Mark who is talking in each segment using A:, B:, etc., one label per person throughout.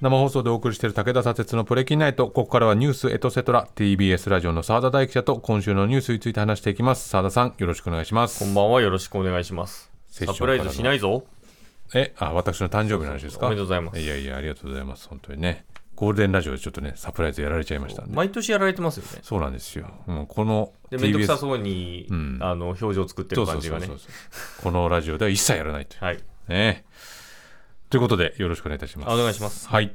A: 生放送でお送りしている武田砂鉄のプレキンナイトここからはニュースエトセトラ TBS ラジオの澤田大記者と今週のニュースについて話していきます澤田さんよろしくお願いします
B: こんばんは、よろしくお願いします。
A: セッ
B: サ
A: ション
B: プライズしないぞ。
A: えあ私の誕生日の話ですか
B: おめでとうございます
A: いやいやありがとうございます本当にねゴールデンラジオでちょっとねサプライズやられちゃいましたんで
B: 毎年やられてますよね。
A: そうなんですよ、うん、この
B: で、めんどくさ
A: TBS
B: そうに、
A: うん
B: あの、表情作って
A: そ
B: る
A: うそ
B: 感
A: う
B: じ
A: そ
B: が
A: う
B: ね
A: そう。このラジオでは一切やらないという
B: はい。
A: ねということでよろしくお願いいたします
B: あお願いします
A: はい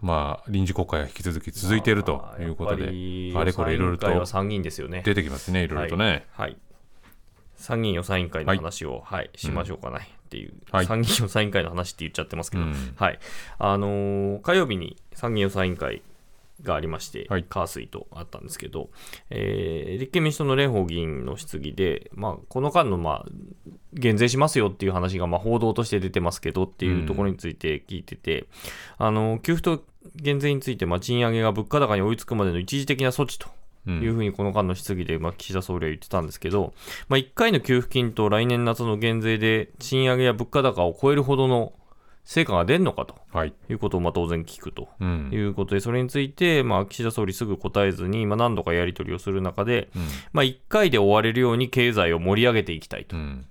A: まあ臨時国会は引き続き続いているということであれこれいろいろと
B: 参議院は参議院ですよね。
A: 出てきますねいろいろと
B: は
A: ね
B: い、はい参議院予算委員会の話を、はいしましょうかねっていう、
A: はい
B: 参議院予算委員会の話って言っちゃってますけど、
A: うん
B: はいあのー火曜日に参議院予算委員会がありまして、
A: はい
B: カースイとあったんですけど、えー立憲民主党の蓮舫議員の質疑で、まあ、この間の、まあ、減税しますよっていう話が、まあ、報道として出てますけどっていうところについて聞いてて、あの給付と減税について、まあ、賃上げが物価高に追いつくまでの一時的な措置と
A: うん
B: いうふうにこの間の質疑でまあ岸田総理は言ってたんですけど、まあ、1回の給付金と来年夏の減税で賃上げや物価高を超えるほどの成果が出るのかと
A: はい、
B: いうことをまあ当然聞くと
A: うん
B: いうことで、それについてまあ岸田総理すぐ答えずに、まあ、何度かやり取りをする中で、
A: うん
B: まあ、1回で終われるように経済を盛り上げていきたいと。
A: うん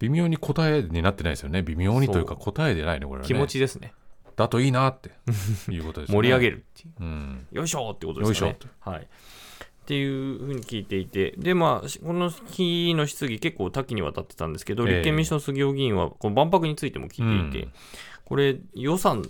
A: 微妙に答えになってないですよね微妙にというか答えでないねこれはね
B: 気持ちですね。
A: だといいなって いうことですね
B: 盛り上げるっていう。
A: うん
B: よいしょってことですか
A: よ
B: ね
A: いし。
B: はい。っていうふうに聞いていて、で、まあ、しこの日の質疑、結構多岐にわたってたんですけど、
A: ええ
B: 立憲民主党の杉尾議員は、この万博についても聞いていて、
A: うん
B: これ、予算、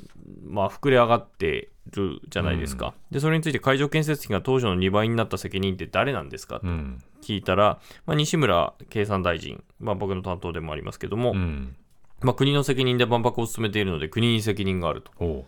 B: まあ、膨れ上がってるじゃないですか、で、それについて会場建設費が当初の2倍になった責任って誰なんですかと
A: うん
B: 聞いたら、まあ、西村経産大臣、万博の担当でもありますけども、
A: うん
B: まあ、国の責任で万博を進めているので、国に責任があると
A: おう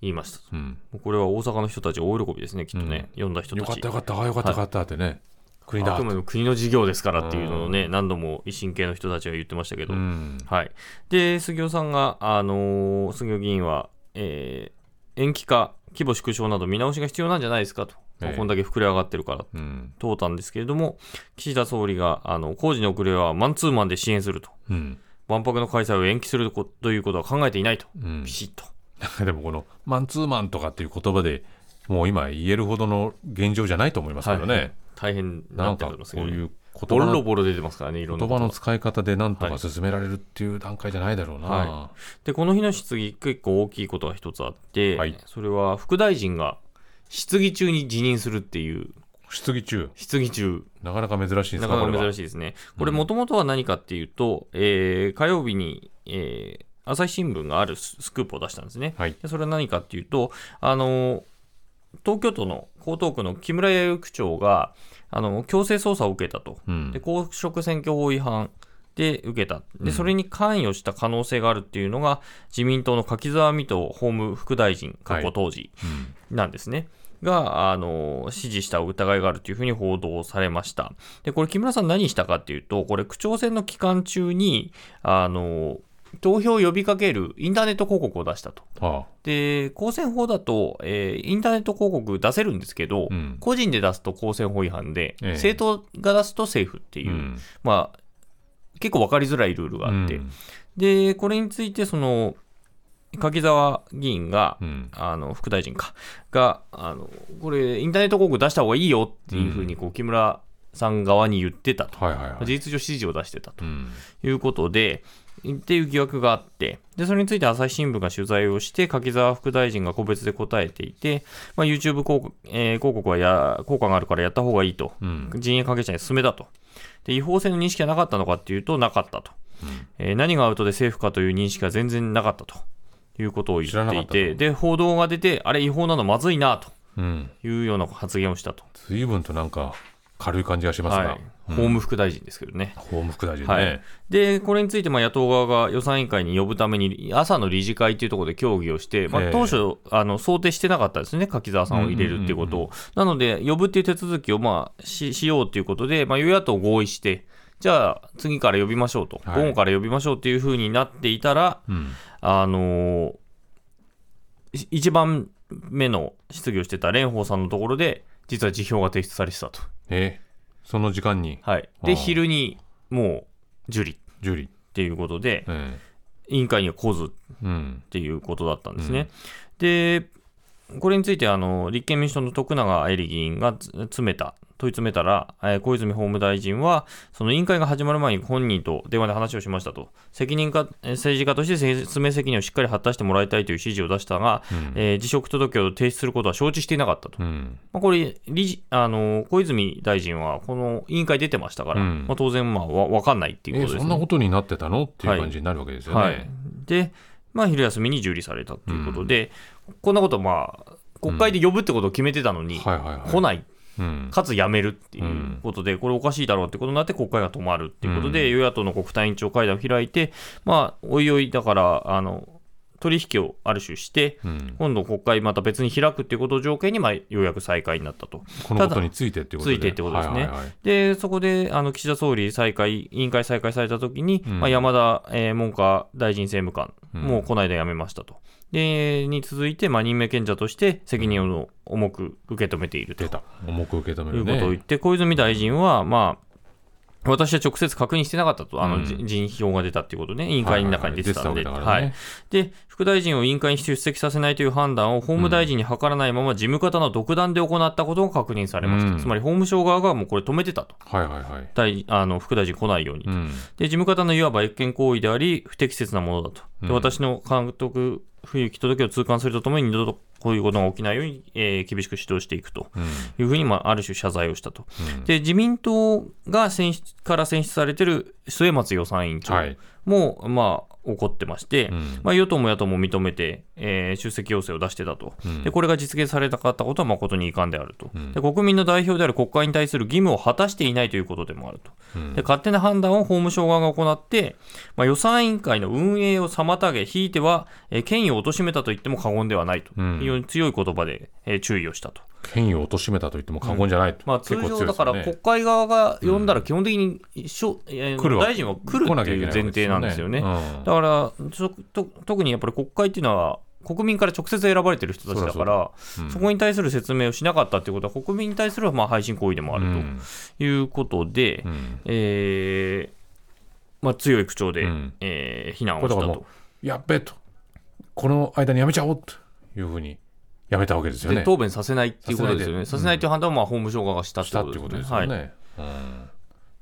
B: 言いました。
A: うん
B: もうこれは大阪の人たち大喜びですね、きっとね、読んだ人た
A: よ
B: ち。
A: かったよかったああよかったよかったってね国
B: あ
A: だ
B: くまでも国の事業ですからっていうのをね、何度も維新系の人たちは言ってましたけど、
A: うん
B: はい、で杉尾さんが、あのー杉尾議員は、えー延期化、規模縮小など見直しが必要なんじゃないですかと、
A: ええ
B: こんだけ膨れ上がってるから
A: うん
B: 問うたんですけれども、岸田総理があの工事の遅れはマンツーマンで支援すると、
A: うん
B: 万博の開催を延期するこということは考えていないと、
A: うん
B: ピシッと。
A: でもこのマンツーマンとかっていう言葉でもう今言えるほどの現状じゃないと思いますけどね、
B: はい大変
A: な
B: なんって
A: かこと
B: こ
A: う
B: ますけど、
A: いう
B: ね、
A: 言
B: ボ
A: 葉
B: ロ
A: の
B: ボロ出てますからね、いろんな
A: 言
B: こと
A: 葉
B: が
A: の使い方でなんと
B: は
A: か
B: い
A: 進められるっていう段階じゃないだろうな、
B: はでこの日の質疑、結構大きいことが一つあって、
A: はい
B: それは副大臣が質疑中に辞任するっていう、
A: 質疑中
B: 質疑中、
A: なかなか珍しいですか
B: なか
A: こ
B: な
A: れ
B: か珍
A: は
B: しいですね。これ、もともとは何かっていうと、えー火曜日に、えー朝日新聞があるススクープを出したんですね。
A: はい
B: でそれは何かっていうと、あのー東京都の江東区の木村弥生区長があの強制捜査を受けたと、
A: うん
B: で公職選挙法違反で受けた
A: うん
B: で、それに関与した可能性があるっていうのが、自民党の柿沢水戸法務副大臣、過去当時
A: うん
B: なんですね。が、あの、指示した疑いがあるというふうに報道されました。で、これ、木村さん何したかっていうと、これ、区長選の期間中に、あの、投票を呼びかけるインターネット広告を出したと。
A: ああ
B: で、公選法だと、えーインターネット広告出せるんですけど、
A: うん
B: 個人で出すと公選法違反で、
A: ええ
B: 政党が出すと政府っていう、
A: うん
B: まあ、結構分かりづらいルールがあって、
A: うん
B: で、これについて、その、柿沢議員が、
A: うん
B: あの副大臣かがあの、これ、インターネット広告出した方がいいよっていうふうにこう木村さん側に言ってたと、
A: はいはいはい
B: 事実上、指示を出してたと
A: うん
B: いうことで、っていう疑惑があってで、それについて朝日新聞が取材をして、柿沢副大臣が個別で答えていて、まあ、YouTube 広告,、えー広告はや効果があるからやった方がいいと、
A: うん
B: 陣営関係者に勧めたと。で違法性の認識がなかったのかっていうと、なかったと。えー何がアウトで政府かという認識が全然なかったということを言
A: 知らな
B: っ
A: かっ
B: てい
A: たと
B: て、で、報道が出て、あれ、違法なのまずいなと
A: うん
B: いうような発言をしたと。
A: 随分となんか軽い感じがします
B: はい
A: が、
B: 法務副大臣ですけどね。
A: 法務副大臣ね、
B: はい、でこれについてまあ野党側が予算委員会に呼ぶために朝の理事会というところで協議をして、ま
A: ええ
B: あ、当初、あの想定してなかったですね、柿沢さんを入れるっていうことを、なので、呼ぶっていう手続きをまあししようということで、まあ、与野党合意して、じゃあ次から呼びましょうと、
A: はい
B: 午後から呼びましょうというふうになっていたら、
A: うん
B: あのー、い一番目の質疑をしてた蓮舫さんのところで、実は辞表が提出されてたと。
A: えその時間に
B: はい、
A: あー
B: で、昼にもう受理っ
A: 受理、
B: ていうことで、
A: え
B: 委員会には来ずっ
A: うん
B: ていうことだったんですね。で、これについてあの立憲民主党の徳永愛理議員がつ詰めた。問い詰めたら、えー小泉法務大臣は、その委員会が始まる前に本人と電話で話をしましたと、責任家、えー政治家として説明責任をしっかり果たしてもらいたいという指示を出したが、
A: うん
B: えー辞職届を提出することは承知していなかった
A: う
B: と。
A: ん
B: まあ、これ理事あの、小泉大臣はこの委員会出てましたから、
A: うん
B: まあ、当然、まあわ、わかんないっていう
A: え
B: ことで
A: そ
B: す
A: んな
B: ね。
A: ことになってたのっていう感じになるわけですよね。
B: はい、で、まあ、昼休みに受理されたということで、こんなこと、まあ、国会で呼ぶってことを決めてたのに、
A: はいはいはい
B: 来ない、
A: うん
B: かつ辞めるっていうことで、これおかしいだろうってことになって、国会が止まるっていうことで、与野党の国対委員長会談を開いて、まあ、おいおい、だから、あの取引をある種して、
A: うん
B: 今度、国会また別に開くっていうことを条件に、まあ、ようやく再開になったと。
A: このことについてっていうことで
B: ついてってことですね
A: はいはいはい
B: で、そこで、あの、岸田総理再開、委員会再開されたときに、
A: うん
B: まあ、山田、えー文科大臣政務官、
A: うん
B: もうこの間辞めましたと。で、に続いて、まあ、任命権者として責任を重く受け止めているとい
A: 出
B: うこ
A: た重く受け止め
B: とを
A: るね。
B: 言って、小泉大臣は、まあ、私は直接確認してなかったと、あ
A: うん
B: の、じ人票が出たっていうことね、委員会の中に出てたん
A: は
B: で、
A: いはい
B: は
A: はい
B: い。で、副大臣を委員会に出席させないという判断を法務大臣に諮らないまま事務方の独断で行ったことが確認されました。
A: うん
B: つまり法務省側がもうこれ止めてたと。
A: はいはいはい。
B: 大あの副大臣来ないように、
A: うん
B: で事務方のいわば越権行為であり、不適切なものだと、で
A: うん
B: 私の監督、不行き届けを痛感するとともに、二度とこういうことが起きないように、えー厳しく指導していくと
A: うん
B: いうふうに、まあ、ある種、謝罪をしたと、
A: うん
B: で自民党が選出から選出されている末松予算委員長
A: はい。
B: も、まあ、怒ってまして、
A: うん
B: まあ、与党も野党も認めて、えー出席要請を出してたと、
A: うん
B: でこれが実現されなかったことは誠に遺憾であると、
A: うん
B: で、国民の代表である国会に対する義務を果たしていないということでもあると、
A: うん
B: で勝手な判断を法務省側が行って、まあ、予算委員会の運営を妨げ、ひいては、えー権威を貶めたと言っても過言ではないと
A: うん
B: 非常に強い言葉で、えー注意をしたと、
A: 権威を貶めたと言っても過言じゃないと。
B: まあ、通
A: 結構強
B: 常
A: いで
B: だ
A: すよ
B: から
A: ね
B: 国会側が呼んだら基本的に、しょえー
A: 来るわ
B: 大臣は来る
A: 来な
B: っ
A: き
B: て
A: ゃい
B: い
A: け
B: う
A: ない
B: 前提なんですよね。
A: わけ
B: だ
A: よね
B: からちょと特にやっぱり国会っていうのは国民から直接選ばれてる人たちだから、
A: うんうん
B: そこに対する説明をしなかったということは、国民に対するまあ配信行為でもあ
A: う
B: る
A: ん
B: ということで、
A: うん
B: えーまあ、強い口調で、
A: うん
B: えー非難
A: これ
B: を
A: だ
B: した
A: からも
B: と。
A: うやっべえとこの間にやめちゃおうというふうにやめたわけですよ
B: で
A: ね。
B: 答弁させないっていうことですよね。
A: さ
B: さ
A: せ
B: せ
A: な
B: ないい
A: で
B: という判断はまあ法務省側がした
A: したっ
B: ってて
A: い
B: いうう
A: こ
B: こと
A: で
B: とですす
A: よ
B: ね。
A: ね。
B: はい
A: うん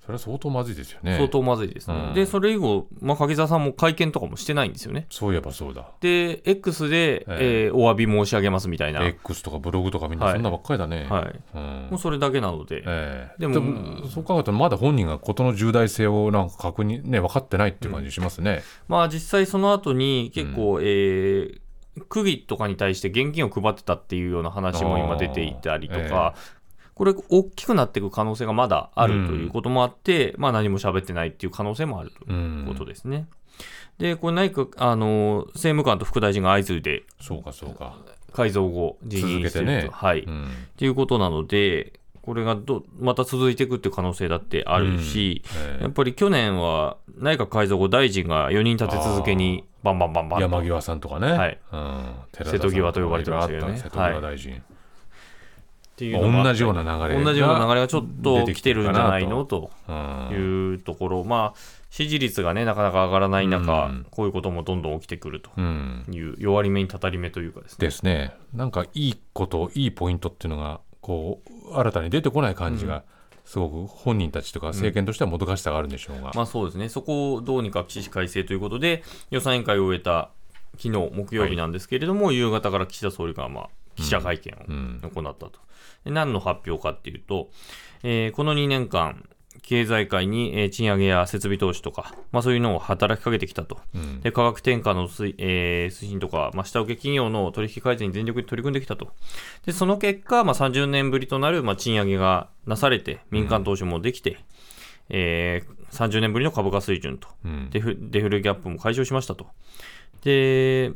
A: それは相当まずいですよね。
B: 相当まずいですね。
A: うん
B: で、それ以後、まあ、柿沢さんも会見とかもしてないんですよね。
A: そういえばそうだ。
B: で、X で、
A: ええ
B: えーお詫び申し上げますみたいな、
A: X とかブログとかみんなそんなばっかりだね。
B: はい、
A: うん
B: もうそれだけなので、
A: ええ
B: でも
A: でもそう考えたらまだ本人が事の重大性をなんか確認ね分かってないっていう感じしますね。
B: まあ、実際その後に結構、えー区議とかに対して現金を配ってたっていうような話も今出ていたりとか、これ、大きくなっていく可能性がまだあ
A: うん
B: るということもあって、まあ、何も喋ってないっていう可能性もあると
A: うん
B: いうことですね。で、これ、内閣、あの、政務官と副大臣が相次いで
A: そうかそうか。
B: 改造後、辞任してると。
A: 続けてね
B: はい。
A: う
B: っ
A: ん
B: ていうことなので、これがどまた続いていくっていう可能性だってあるし、
A: え
B: やっぱり去年は内閣改造後、大臣が4人立て続けに、バンバンバン
A: え
B: バンと
A: 山際さんとかね、
B: はい
A: うん、寺田
B: 瀬戸際と呼ばれてましたけどね
A: さんとかいろいろあった瀬戸際大臣、
B: っていうのが
A: 同じような流れが
B: 同じような流れがちょっと来てるんじゃないのと
A: うん
B: いうところ、まあ、支持率がね、なかなか上がらない中、
A: うん
B: こういうこともどんどん起きてくると
A: うん
B: いう、弱り目にたたり目というかですね。
A: ですねなんかいいこといいポイントっていうのがこう新たに出てこない感じが、すごく本人たちとか政権としてはもどかしさがあるんでしょうが、
B: まあそうですね、そこをどうにか起死回生ということで、予算委員会を終えた昨日木曜日なんですけれども、夕方から岸田総理が、まあ、記者会見を
A: うん
B: 行ったと。で何の発表かっていうと、えーこの2年間、経済界にえー賃上げや設備投資とか、まあ、そういうのを働きかけてきたと。
A: うん
B: で価格転嫁の推,、えー推進とか、まあ、下請け企業の取引改善に全力で取り組んできたと。で、その結果、まあ、30年ぶりとなる、まあ、賃上げがなされて、民間投資もできて、えー30年ぶりの株価水準と。
A: うん
B: デフデフレギャップも解消しましたと。で、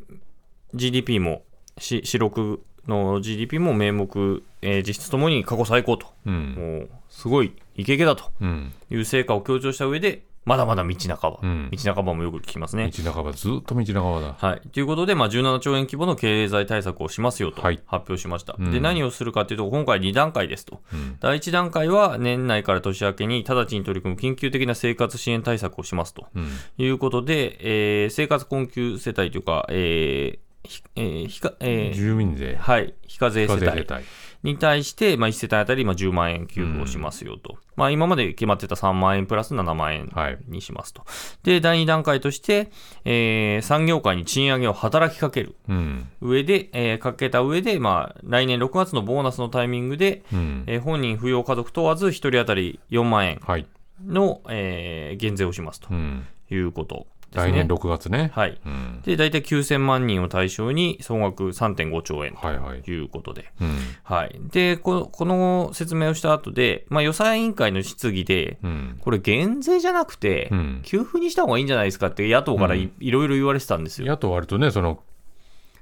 B: GDP も、し四六の GDP も名目、えー実質ともに過去最高と。
A: うん
B: もう、すごいイケイケだと
A: うん
B: いう成果を強調した上で、まだまだ道半ば、
A: うん
B: 道半ばもよく聞きますね。
A: 道半ば、ずっと道半ばだ。
B: はい、ということで、まあ、17兆円規模の経済対策をしますよと
A: はい
B: 発表しました。
A: うん
B: で何をするかというと、今回2段階ですと、
A: うん
B: 第1段階は年内から年明けに直ちに取り組む緊急的な生活支援対策をしますと
A: うん
B: いうことで、えー生活困窮世帯というか、えーひえー非課えー
A: 住民税、
B: はい、非課税世
A: 課税
B: 帯に対して、まあ、1世帯当たりまあ10万円給付をしますよと、まあ、今まで決まってた3万円プラス7万円
A: はい。
B: にしますと。で、第2段階として、えー産業界に賃上げを働きかける
A: うん。
B: 上で、えーかけた上で、まあ、来年6月のボーナスのタイミングで、
A: うん。
B: えー本人扶養家族問わず1人当たり4万円
A: はい。
B: の、えー減税をしますと
A: うん。
B: いうことです
A: 来
B: ね。
A: 年6月ね。
B: はい。
A: うん。
B: で、大体9000万人を対象に総額3.5兆円
A: はいはい。
B: ということで。
A: うん。
B: はい。で、ここの説明をした後で、まあ、予算委員会の質疑で、
A: うん。
B: これ減税じゃなくて、
A: うん。
B: 給付にした方がいいんじゃないですかって野党から
A: う
B: い,、
A: ん
B: ろいろ言われてたんですよ。
A: 野党割とね、その、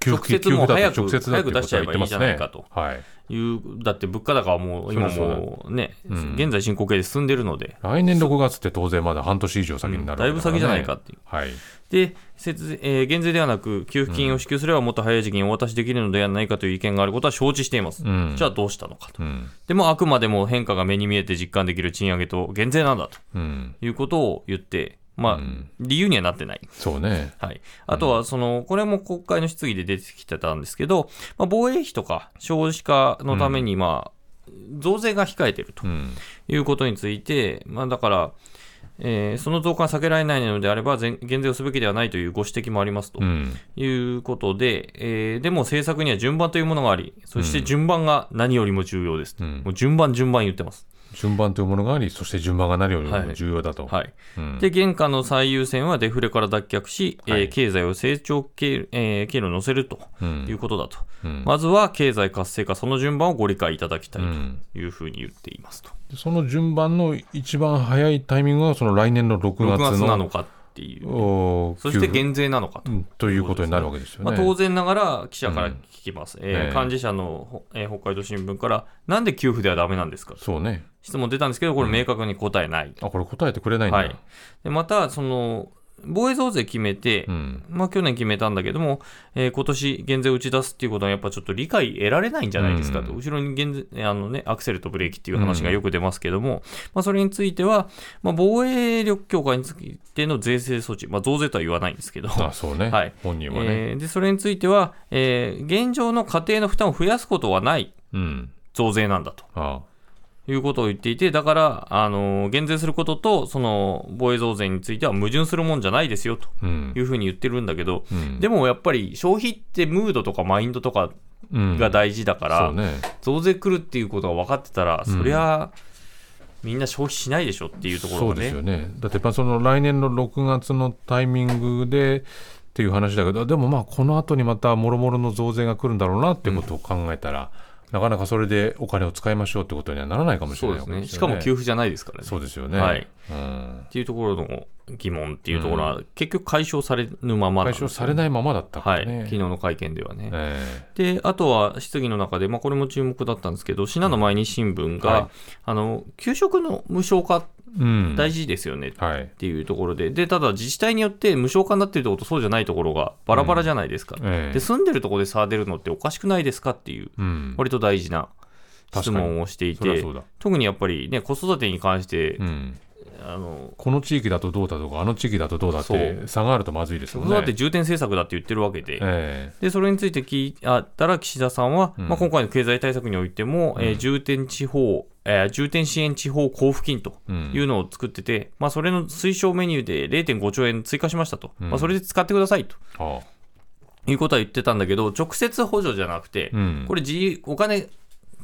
A: 給
B: 直接もう
A: 給
B: 早
A: 付だ
B: く
A: と直接だっていうことは言ってますね。
B: 早く出しちゃえばいいじゃないかと
A: はい。
B: いうだって物価高はもう今
A: そうだそ
B: もうね、
A: うん
B: 現在進行形で進んでるので、
A: 来年6月って当然まだ半年以上先になるわけ
B: だいぶ先じゃないかっていう。
A: からね。はい。
B: で、節税えー減税ではなく、給付金を支給すればもっと早い時期にお渡しできるのではないかという意見があることは承知しています。
A: うん
B: じゃあどうしたのかと。
A: うん。
B: でもあくまでも変化が目に見えて実感できる賃上げと減税なんだと
A: うん。
B: いうことを言って、まあ、
A: うん
B: 理由にはなってない。
A: そうね。
B: はい、あとはその、これも国会の質疑で出てきてたんですけど、まあ、防衛費とか少子化のために、まあ増税が控えていると
A: うん。
B: いうことについて、まあ、だから、えーその増加は避けられないのであれば、全減税をすべきではないというご指摘もありますと
A: うん。
B: いうことで、えーでも政策には順番というものがあり、そして順番が何よりも重要ですと、
A: うん
B: もう順番、順番言ってます。
A: 順番というものがあり、そして順番が何より
B: は
A: も
B: い
A: 重要だと。
B: はい、
A: うん
B: で、現下の最優先はデフレから脱却し、えー
A: はい
B: 経済を成長経,、えー経路に乗せると
A: うん
B: いうことだと。
A: うん
B: まずは経済活性化、その順番をご理解いただきたい
A: うん
B: というふうに言っていますと。
A: でその順番の一番早いタイミングがその来年の6
B: 6
A: 月の
B: 月なのかっていう、
A: おー
B: そして
A: 給付
B: 減税なのかと。
A: うんということになるわけですよね。
B: まあ、当然ながら記者から聞きます、
A: え
B: え
A: え
B: ー幹事社の、ほえー北海道新聞から、なんで給付ではだめなんですかと
A: そうね。
B: 質問出たんですけど、これ、明確に答えない、
A: あこれ答えてくれないんだ。
B: はいでまたその、防衛増税決めて、
A: うん。
B: まあ、去年決めたんだけども、えー今年減税を打ち出すっていうことは、やっぱちょっと理解得られないんじゃないですかと、
A: うん
B: 後ろに減税あの、ね、アクセルとブレーキっていう話がよく出ますけども、まあ、それについては、まあ、防衛力強化についての税制措置、まあ、増税とは言わないんですけど。
A: あそうね。
B: はい
A: 本人はね。
B: えーでそれについては、えー現状の家庭の負担を増やすことはない
A: うん。
B: 増税なんだと
A: あ
B: いうことを言っていて、だから、あのー減税することとその防衛増税については矛盾するもんじゃないですよと
A: うん
B: い。うふうに言ってるんだけど、
A: うん
B: でもやっぱり消費ってムードとかマインドとか
A: うん
B: が大事だから、
A: そうね。
B: 増税来るっていうことが分かってたら、
A: うん
B: そりゃみんな消費しないでしょっていうところ
A: そう
B: が
A: で
B: ね
A: すよね。だってやっぱその来年の6月のタイミングでっていう話だけど、でもまあこの後にまたもろもろの増税が来るんだろうなってことを考えたら、なかなかそれでお金を使いましょうってことにはならないかもしれ
B: そ
A: ない
B: うで
A: わ
B: す
A: けですよ
B: ね
A: ね。
B: しかも給付じゃないですからね
A: そうですよね。
B: はい
A: うん
B: っていうところの疑問っていうところは結局解消されぬままな
A: 解
B: んですよ
A: 消されないままだったか
B: は
A: ら
B: い、
A: ね。
B: 昨日の会見ではね。
A: え
B: で、あとは質疑の中で、まあ、これも注目だったんですけど、信濃毎日新聞が、
A: はい
B: あの給食の無償化、
A: えうん。
B: 大事ですよねっ
A: はい。
B: ていうところで、でただ、自治体によって無償化になってるところとそうじゃないところがバラバラじゃないですか、
A: ええ
B: で住んでるところで差出るのっておかしくないですかっていう、
A: うん。
B: 割と大事な質問をしてい
A: そりゃ
B: て
A: そ、うだ。
B: 特にやっぱりね、子育てに関して、
A: うん。
B: あの
A: この地域だとどうだとか、あの地域だとどうだっ
B: そ
A: て差があるとまずいです
B: 子
A: よね。
B: 育て重点政策だって言ってるわけで、
A: え
B: でそれについて聞いたら、岸田さんは、
A: うん
B: まあ、今回の経済対策においても、えー重点地方、えー重点支援地方交付金と
A: えうん
B: いうのを作ってて、まあ、それの推奨メニューで0.5兆円追加しましたと、
A: うん
B: まあ、それで使ってくださいと
A: ああ
B: いうことは言ってたんだけど、直接補助じゃなくて
A: う、ん
B: これ自由、お金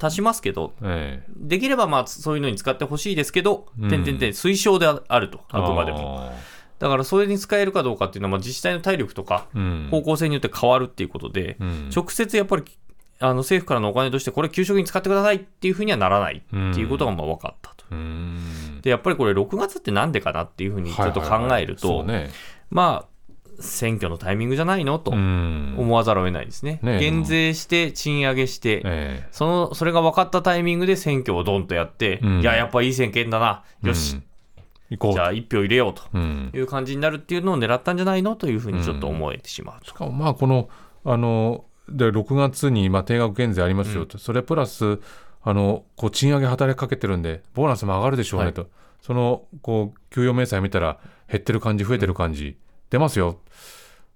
B: 足しますけど、
A: ええ
B: できればまあそういうのに使ってほしいですけど、
A: うん
B: 点々点推奨であると、あくまでも。
A: ああ
B: だからそれに使えるかどうかっていうのは、まあ自治体の体力とか、
A: うん
B: 方向性によって変わるっていうことで、
A: うん
B: 直接やっぱりあの政府からのお金として、これ、給食に使ってくださいっていうふうにはならないっていうことがまあ分かったと。
A: うん
B: で、やっぱりこれ、6月ってなんでかなっていうふうにちょっと考える
A: はい
B: と
A: はい、はいそうね
B: まあ、選挙のタイミングじゃないのと
A: うん
B: 思わざるを得ないですね。
A: ねえ
B: 減税して、賃上げして、
A: え
B: そのそれが分かったタイミングで選挙をドンとやって
A: うん、
B: いや、やっぱいい政権だな、
A: え
B: よし
A: うん、行こう
B: じゃあ1票入れようと
A: うん、
B: いう感じになるっていうのを狙ったんじゃないのというふうにちょっと思えてしまうと。
A: しかもまあこのあので6月にまあ定額減税ありますよと、それプラスあのこう賃上げ働きかけてるんでボーナスも上がるでしょうねと、そのこう給与明細見たら減ってる感じ増えてる感じ、出ますよ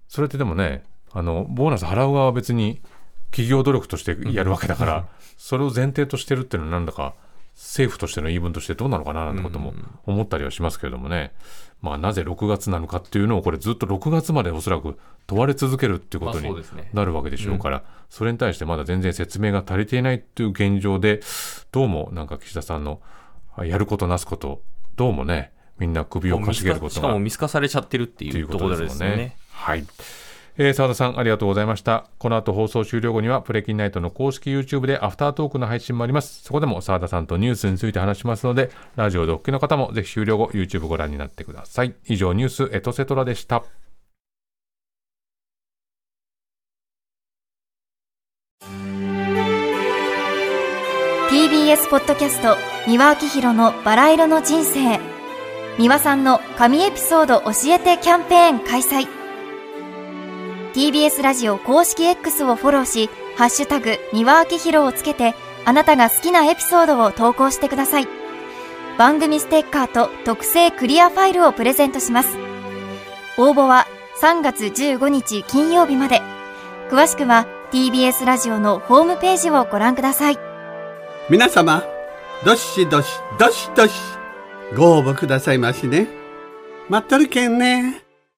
A: それってでもねあのボーナス払う側は別に企業努力としてやるわけだから、それを前提としてるっていうのはなんだか政府としての言い分としてどうなのかななんてことも思ったりはしますけれどもね、まあ、なぜ6月なのかっていうのをこれずっと6月までおそらく問われ続けるっていうことに
B: すね
A: なるわけでしょうから、それに対してまだ全然説明が足りていないという現状でどうもなんか岸田さんのあやることなすことどうもねみんな首をかしげることが
B: しかも見透かされちゃってるって
A: と
B: い
A: いう
B: う
A: ことと
B: ころ
A: で
B: ですす
A: もんね。
B: よね。
A: はい。えー、澤田さんありがとうございましたこの後放送終了後にはプレキンナイトの公式 YouTube でアフタートークの配信もありますそこでも澤田さんとニュースについて話しますのでラジオでお聞きの方もぜひ終了後 YouTube ご覧になってください以上ニュースエトセトラでした
C: ー TBS ポッドキャスト三輪明宏のバラ色の人生三輪さんの神エピソード教えてキャンペーン開催 TBS ラジオ公式 X をフォローし「ハッシュタグ三輪明宏」をつけてあなたが好きなエピソードを投稿してください番組ステッカーと特製クリアファイルをプレゼントします応募は3月15日金曜日まで詳しくは TBS ラジオのホームページをご覧ください
D: 皆様、どしどし、どしどし、ご応募くださいましね。待っとるけんね。